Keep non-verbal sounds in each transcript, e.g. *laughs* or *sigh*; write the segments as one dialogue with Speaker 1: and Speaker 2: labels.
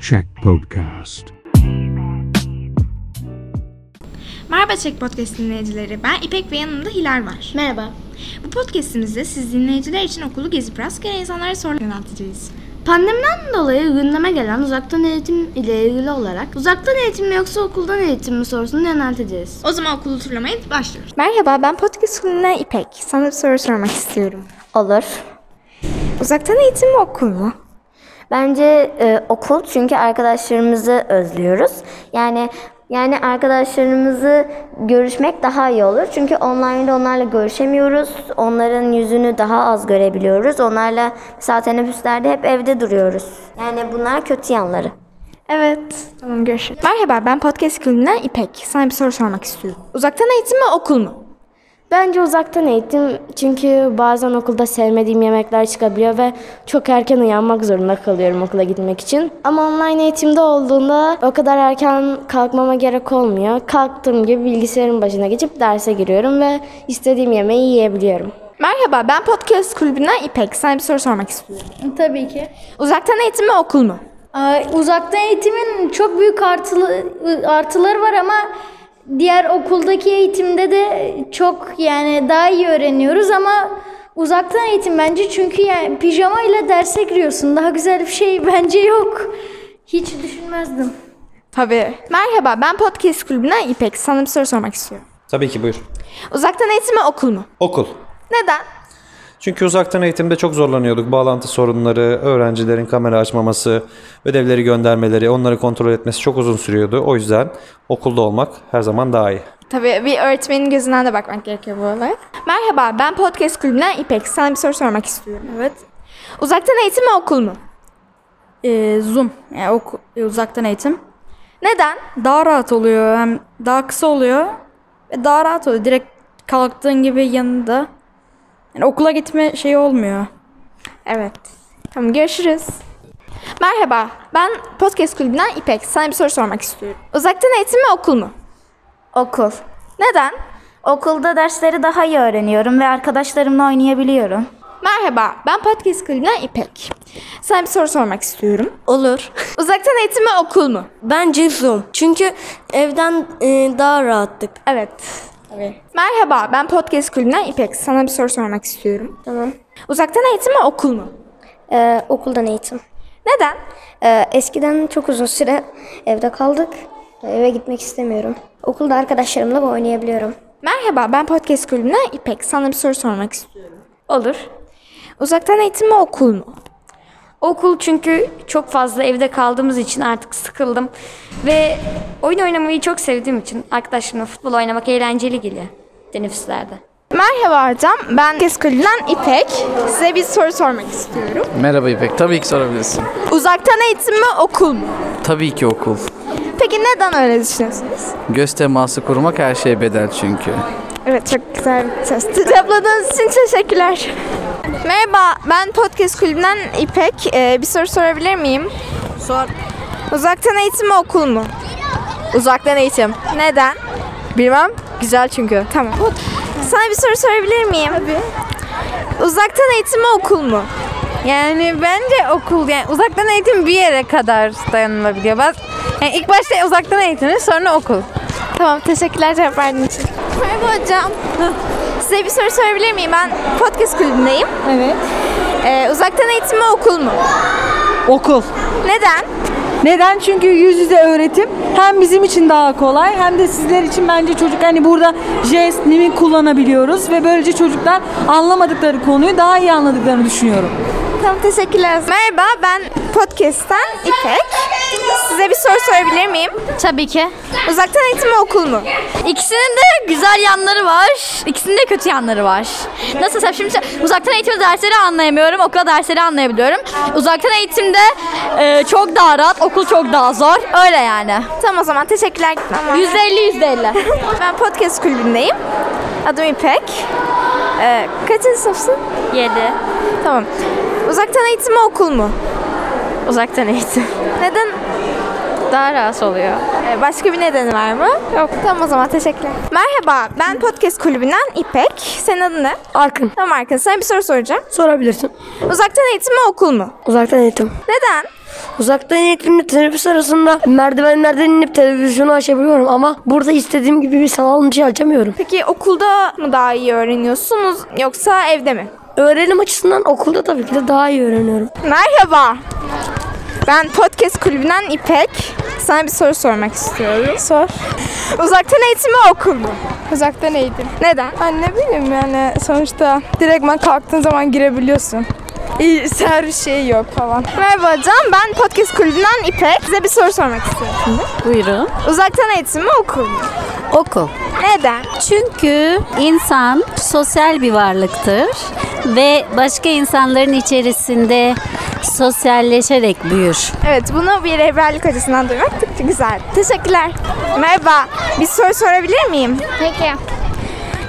Speaker 1: Check Podcast.
Speaker 2: Merhaba Çek Podcast dinleyicileri. Ben İpek ve yanımda Hilal var.
Speaker 3: Merhaba.
Speaker 2: Bu podcastimizde siz dinleyiciler için okulu gezip rastgele insanlara soru yönelteceğiz.
Speaker 3: Pandemiden dolayı gündeme gelen uzaktan eğitim ile ilgili olarak uzaktan eğitim mi yoksa okuldan eğitim mi sorusunu yönelteceğiz.
Speaker 2: O zaman okulu turlamaya başlıyoruz.
Speaker 4: Merhaba, ben podcast kulübünden İpek. Sana bir soru sormak istiyorum.
Speaker 5: Olur.
Speaker 4: Uzaktan eğitim mi okul mu?
Speaker 5: Bence e, okul çünkü arkadaşlarımızı özlüyoruz. Yani yani arkadaşlarımızı görüşmek daha iyi olur. Çünkü online'da onlarla görüşemiyoruz. Onların yüzünü daha az görebiliyoruz. Onlarla mesela teneffüslerde hep evde duruyoruz. Yani bunlar kötü yanları.
Speaker 4: Evet. Tamam, görüşürüz. Merhaba, ben podcast kulübünden İpek. Sana bir soru sormak istiyorum. Uzaktan eğitim mi okul mu?
Speaker 3: Bence uzaktan eğitim çünkü bazen okulda sevmediğim yemekler çıkabiliyor ve çok erken uyanmak zorunda kalıyorum okula gitmek için. Ama online eğitimde olduğunda o kadar erken kalkmama gerek olmuyor. Kalktığım gibi bilgisayarın başına geçip derse giriyorum ve istediğim yemeği yiyebiliyorum.
Speaker 4: Merhaba, ben podcast kulübünden İpek. Sana bir soru sormak istiyorum.
Speaker 6: Tabii ki.
Speaker 4: Uzaktan eğitim mi okul mu?
Speaker 6: Ee, Uzaktan eğitimin çok büyük artılı, artıları var ama diğer okuldaki eğitimde de çok yani daha iyi öğreniyoruz ama uzaktan eğitim bence çünkü yani pijama ile derse giriyorsun. Daha güzel bir şey *laughs* bence yok. Hiç düşünmezdim.
Speaker 4: Tabii. Merhaba, ben podcast kulübünden İpek. Sana bir soru sormak istiyorum.
Speaker 7: Tabii ki buyur.
Speaker 4: Uzaktan eğitim mi okul mu?
Speaker 7: Okul.
Speaker 4: Neden?
Speaker 7: Çünkü uzaktan eğitimde çok zorlanıyorduk. Bağlantı sorunları, öğrencilerin kamera açmaması, ödevleri göndermeleri, onları kontrol etmesi çok uzun sürüyordu. O yüzden okulda olmak her zaman daha iyi.
Speaker 4: Tabii bir öğretmenin gözünden de bakmak gerekiyor bu olaya. Merhaba ben podcast kulübünden İpek. Sana bir soru sormak istiyorum. Evet. Uzaktan eğitim mi okul mu?
Speaker 8: Ee, Zoom yani oku- uzaktan eğitim.
Speaker 4: Neden?
Speaker 8: Daha rahat oluyor hem daha kısa oluyor ve daha rahat oluyor. Direkt kalktığın gibi yanında. Yani okula gitme şeyi olmuyor.
Speaker 4: Evet. Tamam görüşürüz. Merhaba ben podcast kulübünden İpek. Sana bir soru sormak istiyorum. Uzaktan eğitim mi okul mu?
Speaker 9: Okul.
Speaker 4: Neden?
Speaker 9: Okulda dersleri daha iyi öğreniyorum ve arkadaşlarımla oynayabiliyorum.
Speaker 4: Merhaba ben podcast kulübünden İpek. Sana bir soru sormak istiyorum.
Speaker 3: Olur.
Speaker 4: *laughs* Uzaktan eğitim mi okul mu?
Speaker 3: Bence Zoom. Çünkü evden e, daha rahattık.
Speaker 4: Evet. Merhaba, ben podcast kulübünden İpek. Sana bir soru sormak istiyorum.
Speaker 5: Tamam.
Speaker 4: Uzaktan eğitim mi, okul mu?
Speaker 5: E, okuldan eğitim. E,
Speaker 4: Neden?
Speaker 5: eskiden çok uzun süre evde kaldık. Eve gitmek istemiyorum. Okulda arkadaşlarımla oynayabiliyorum.
Speaker 4: Merhaba, ben podcast kulübünden İpek. Sana bir soru sormak istiyorum. Olur. Uzaktan eğitim mi, okul mu?
Speaker 10: Okul çünkü çok fazla evde kaldığımız için artık sıkıldım. Ve oyun oynamayı çok sevdiğim için arkadaşlarımla futbol oynamak eğlenceli geliyor teneffüslerde.
Speaker 4: Merhaba hocam, ben podcast kulübünden İpek. Size bir soru sormak istiyorum.
Speaker 11: Merhaba İpek. Tabii ki sorabilirsin.
Speaker 4: Uzaktan eğitim mi, okul mu?
Speaker 11: Tabii ki okul.
Speaker 4: Peki neden öyle düşünüyorsunuz?
Speaker 11: Göz teması kurmak her şeye bedel çünkü.
Speaker 4: Evet çok güzel bir test. Cevapladığınız için teşekkürler. Merhaba ben podcast kulübünden İpek. Ee, bir soru sorabilir miyim? Sor. Uzaktan eğitim mi okul mu? Uzaktan eğitim. Neden? Bilmem. Güzel çünkü. Tamam. Sana bir soru sorabilir miyim? Tabii. Uzaktan eğitim mi okul mu?
Speaker 8: Yani bence okul yani uzaktan eğitim bir yere kadar dayanılabiliyor. Baz, yani ilk başta uzaktan eğitim sonra okul.
Speaker 4: Tamam teşekkürler cevap verdiğin için. Merhaba hocam. *laughs* Size bir soru sorabilir miyim? Ben podcast kulübündeyim. Evet. uzaktan eğitim mi okul mu?
Speaker 8: Okul.
Speaker 4: Neden?
Speaker 8: Neden? Çünkü yüz yüze öğretim hem bizim için daha kolay hem de sizler için bence çocuk hani burada jest, mimik kullanabiliyoruz ve böylece çocuklar anlamadıkları konuyu daha iyi anladıklarını düşünüyorum.
Speaker 4: Tamam teşekkürler. Merhaba ben podcast'ten İpek. Size bir soru sorabilir miyim?
Speaker 10: Tabii ki.
Speaker 4: Uzaktan eğitim mi okul mu?
Speaker 10: İkisinin de güzel yanları var. İkisinin de kötü yanları var. Nasıl desem şimdi uzaktan eğitimde dersleri anlayamıyorum. Okula dersleri anlayabiliyorum. Uzaktan eğitimde e, çok daha rahat. Okul çok daha zor. Öyle yani.
Speaker 4: Tamam o zaman teşekkürler. Tamam.
Speaker 10: %50 %50.
Speaker 4: Ben podcast kulübündeyim. Adım İpek. Ee, kaçıncı sınıfsın?
Speaker 10: 7.
Speaker 4: Tamam. Uzaktan eğitim mi okul mu?
Speaker 10: Uzaktan eğitim.
Speaker 4: Neden?
Speaker 10: Daha rahat oluyor.
Speaker 4: Ee, başka bir nedeni var mı? Yok. Tamam o zaman teşekkürler. Merhaba ben podcast kulübünden İpek. Senin adın ne? Arkın. Tamam Arkın sana bir soru soracağım.
Speaker 3: Sorabilirsin.
Speaker 4: Uzaktan eğitim mi okul mu?
Speaker 3: Uzaktan eğitim.
Speaker 4: Neden?
Speaker 12: Uzaktan eğitimde teneffüs arasında merdivenlerden inip televizyonu açabiliyorum ama burada istediğim gibi bir sanal bir şey açamıyorum.
Speaker 4: Peki okulda mı daha iyi öğreniyorsunuz yoksa evde mi?
Speaker 12: Öğrenim açısından okulda tabii ki de daha iyi öğreniyorum.
Speaker 4: Merhaba. Ben Podcast Kulübü'nden İpek. Sana bir soru sormak istiyorum. Sor. Uzaktan eğitim mi okul mu? Uzaktan eğitim. Neden?
Speaker 13: Anne benim yani sonuçta direktmen kalktığın zaman girebiliyorsun. İyi servis şeyi yok falan.
Speaker 4: Merhaba hocam. Ben Podcast Kulübü'nden İpek. Size bir soru sormak istiyorum şimdi.
Speaker 14: Buyurun.
Speaker 4: Uzaktan eğitim mi okul mu?
Speaker 14: Okul.
Speaker 4: Neden?
Speaker 14: *laughs* Çünkü insan sosyal bir varlıktır ve başka insanların içerisinde sosyalleşerek büyür.
Speaker 4: Evet bunu bir rehberlik açısından duymak çok da güzel. Teşekkürler. Merhaba. Bir soru sorabilir miyim? Peki.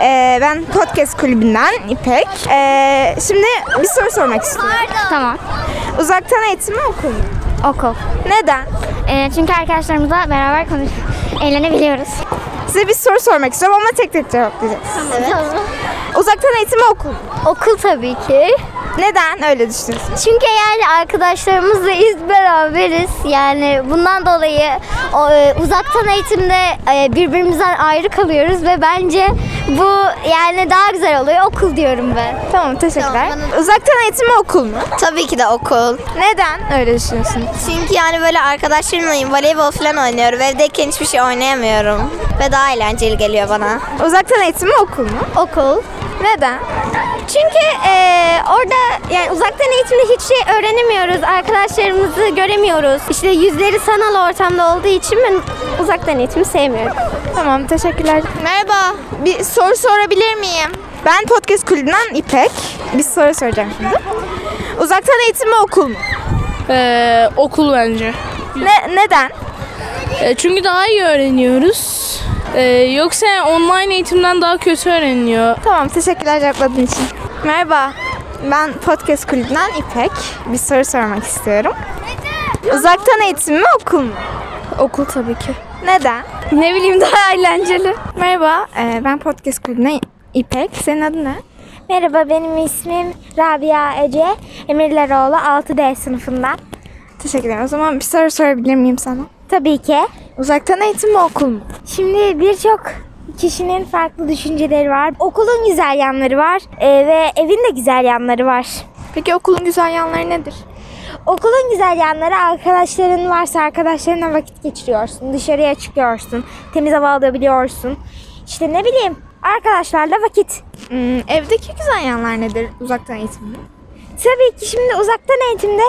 Speaker 4: Ee, ben podcast kulübünden İpek. Ee, şimdi bir soru sormak istiyorum. Tamam. Uzaktan eğitim mi okul mu?
Speaker 15: Okul.
Speaker 4: Neden?
Speaker 15: Ee, çünkü arkadaşlarımızla beraber konuş eğlenebiliyoruz.
Speaker 4: Size bir soru sormak istiyorum ama tek tek cevaplayacağız. Uzaktan eğitim mi okul mu?
Speaker 15: Okul tabii ki.
Speaker 4: Neden öyle düşünüyorsun?
Speaker 15: Çünkü yani arkadaşlarımızla iz beraberiz. Yani bundan dolayı o, e, uzaktan eğitimde e, birbirimizden ayrı kalıyoruz ve bence bu yani daha güzel oluyor. Okul diyorum ben.
Speaker 4: Tamam teşekkürler. Uzaktan eğitim mi okul mu?
Speaker 5: Tabii ki de okul.
Speaker 4: Neden öyle düşünüyorsun?
Speaker 5: Çünkü yani böyle arkadaşlarımla voleybol falan oynuyorum. Evdeyken hiçbir şey oynayamıyorum. Ve daha eğlenceli geliyor bana.
Speaker 4: Uzaktan eğitim mi okul mu?
Speaker 15: Okul.
Speaker 4: Neden?
Speaker 15: Çünkü e, orada yani uzaktan eğitimde hiç şey öğrenemiyoruz. Arkadaşlarımızı göremiyoruz. İşte yüzleri sanal ortamda olduğu için ben uzaktan eğitimi sevmiyorum.
Speaker 4: Tamam teşekkürler. Merhaba. Bir soru sorabilir miyim? Ben podcast kulübünden İpek. Bir soru soracağım şimdi. Uzaktan eğitim mi okul mu? Ee,
Speaker 16: okul bence.
Speaker 4: Ne, neden?
Speaker 16: E, çünkü daha iyi öğreniyoruz. Ee, yoksa online eğitimden daha kötü öğreniliyor.
Speaker 4: Tamam teşekkürler cevapladığın için. Merhaba. Ben podcast kulübünden İpek. Bir soru sormak istiyorum. Uzaktan eğitim mi okul mu? Okul tabii ki. Neden? Ne bileyim daha eğlenceli. Merhaba. e, ben podcast kulübünden İpek. Senin adın ne?
Speaker 15: Merhaba benim ismim Rabia Ece. Emirleroğlu 6D sınıfından.
Speaker 4: Teşekkür ederim. O zaman bir soru sorabilir miyim sana?
Speaker 15: Tabii ki.
Speaker 4: Uzaktan eğitim mi okul mu?
Speaker 15: Şimdi birçok kişinin farklı düşünceleri var. Okulun güzel yanları var e, ve evin de güzel yanları var.
Speaker 4: Peki okulun güzel yanları nedir?
Speaker 15: Okulun güzel yanları arkadaşların varsa arkadaşlarına vakit geçiriyorsun. Dışarıya çıkıyorsun. Temiz hava alabiliyorsun. İşte ne bileyim arkadaşlarla vakit.
Speaker 4: evdeki güzel yanlar nedir uzaktan eğitimde?
Speaker 15: Tabii ki şimdi uzaktan eğitimde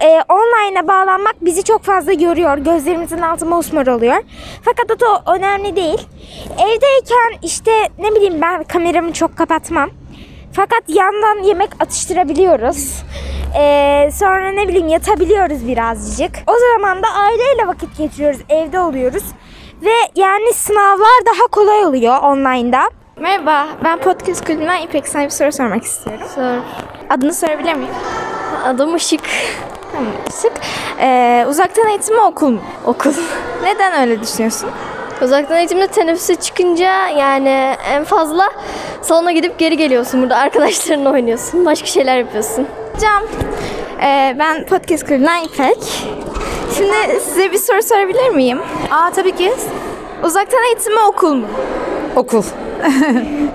Speaker 15: e, online'a bağlanmak bizi çok fazla yoruyor. Gözlerimizin altı mosmor oluyor. Fakat o da önemli değil. Evdeyken işte ne bileyim ben kameramı çok kapatmam. Fakat yandan yemek atıştırabiliyoruz. E, sonra ne bileyim yatabiliyoruz birazcık. O zaman da aileyle vakit geçiriyoruz. Evde oluyoruz. Ve yani sınavlar daha kolay oluyor online'da.
Speaker 4: Merhaba, ben Podcast Kulübü'nden İpek sana bir soru sormak istiyorum. Sor. Adını sorabilir miyim? Adım Işık. Tamam, Işık. Ee, uzaktan eğitim mi okul mu? Okul. Neden öyle düşünüyorsun?
Speaker 6: Uzaktan eğitimde teneffüse çıkınca yani en fazla salona gidip geri geliyorsun. Burada arkadaşlarınla oynuyorsun. Başka şeyler yapıyorsun.
Speaker 4: Hocam, ee, ben Podcast Kulübü'nden İpek. Şimdi size bir soru sorabilir miyim? Aa tabii ki. Uzaktan eğitim mi okul mu?
Speaker 8: Okul.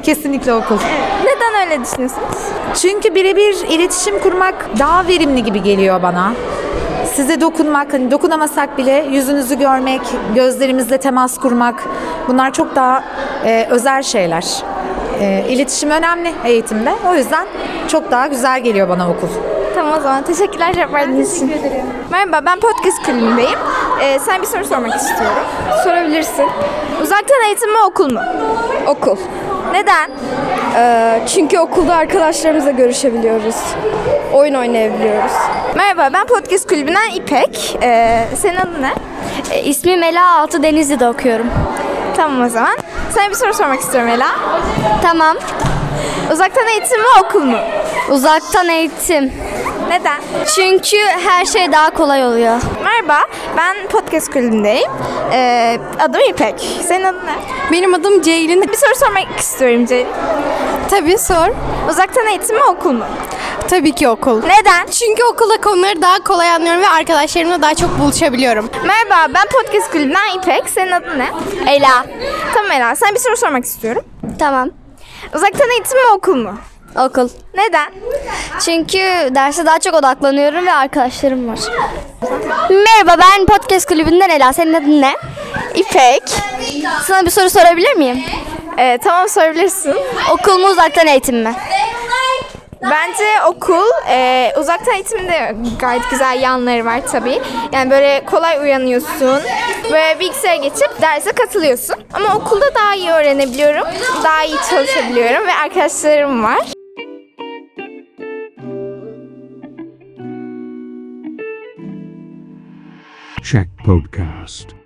Speaker 8: Kesinlikle okul.
Speaker 4: Neden öyle düşünüyorsunuz?
Speaker 8: Çünkü birebir iletişim kurmak daha verimli gibi geliyor bana. Size dokunmak, hani dokunamasak bile yüzünüzü görmek, gözlerimizle temas kurmak bunlar çok daha e, özel şeyler. E, iletişim önemli eğitimde. O yüzden çok daha güzel geliyor bana okul.
Speaker 4: Tamam o zaman teşekkürler cevap verdiğiniz için. Merhaba ben podcast kulübündeyim. Ee, sen bir soru sormak istiyorum. Sorabilirsin. Uzaktan eğitim mi okul mu?
Speaker 13: Okul. Ee,
Speaker 4: Neden?
Speaker 13: çünkü okulda arkadaşlarımızla görüşebiliyoruz. Oyun oynayabiliyoruz.
Speaker 4: Merhaba ben podcast kulübünden İpek. Ee, senin adın ne?
Speaker 17: Ee, ismim Ela Altı Denizli'de okuyorum.
Speaker 4: Tamam o zaman. Sana bir soru sormak istiyorum Ela.
Speaker 17: Tamam.
Speaker 4: Uzaktan eğitim mi okul mu?
Speaker 17: Uzaktan eğitim.
Speaker 4: Neden?
Speaker 17: Çünkü her şey daha kolay oluyor.
Speaker 4: Merhaba ben podcast kulübündeyim. Ee, adım İpek. Senin adın ne?
Speaker 18: Benim adım Ceylin.
Speaker 4: Bir soru sormak istiyorum Ceylin.
Speaker 18: Tabii sor.
Speaker 4: Uzaktan eğitim mi okul mu?
Speaker 19: Tabii ki okul. Neden? Çünkü okula konuları daha kolay anlıyorum ve arkadaşlarımla daha çok buluşabiliyorum.
Speaker 4: Merhaba ben Podcast Kulübü'nden İpek. Senin adın ne? Ela. Tamam Ela sana bir soru sormak istiyorum.
Speaker 6: Tamam.
Speaker 4: Uzaktan eğitim mi okul mu?
Speaker 6: Okul.
Speaker 4: Neden?
Speaker 6: Çünkü derse daha çok odaklanıyorum ve arkadaşlarım var. Merhaba ben Podcast Kulübü'nden Ela. Senin adın ne?
Speaker 4: İpek.
Speaker 6: Sana bir soru sorabilir miyim?
Speaker 4: Ee, tamam sorabilirsin.
Speaker 6: Okul mu uzaktan eğitim mi?
Speaker 4: Bence okul, e, uzaktan eğitimin de gayet güzel yanları var tabii. Yani böyle kolay uyanıyorsun ve bilgisayara geçip derse katılıyorsun. Ama okulda daha iyi öğrenebiliyorum, daha iyi çalışabiliyorum ve arkadaşlarım var.
Speaker 20: Check Podcast.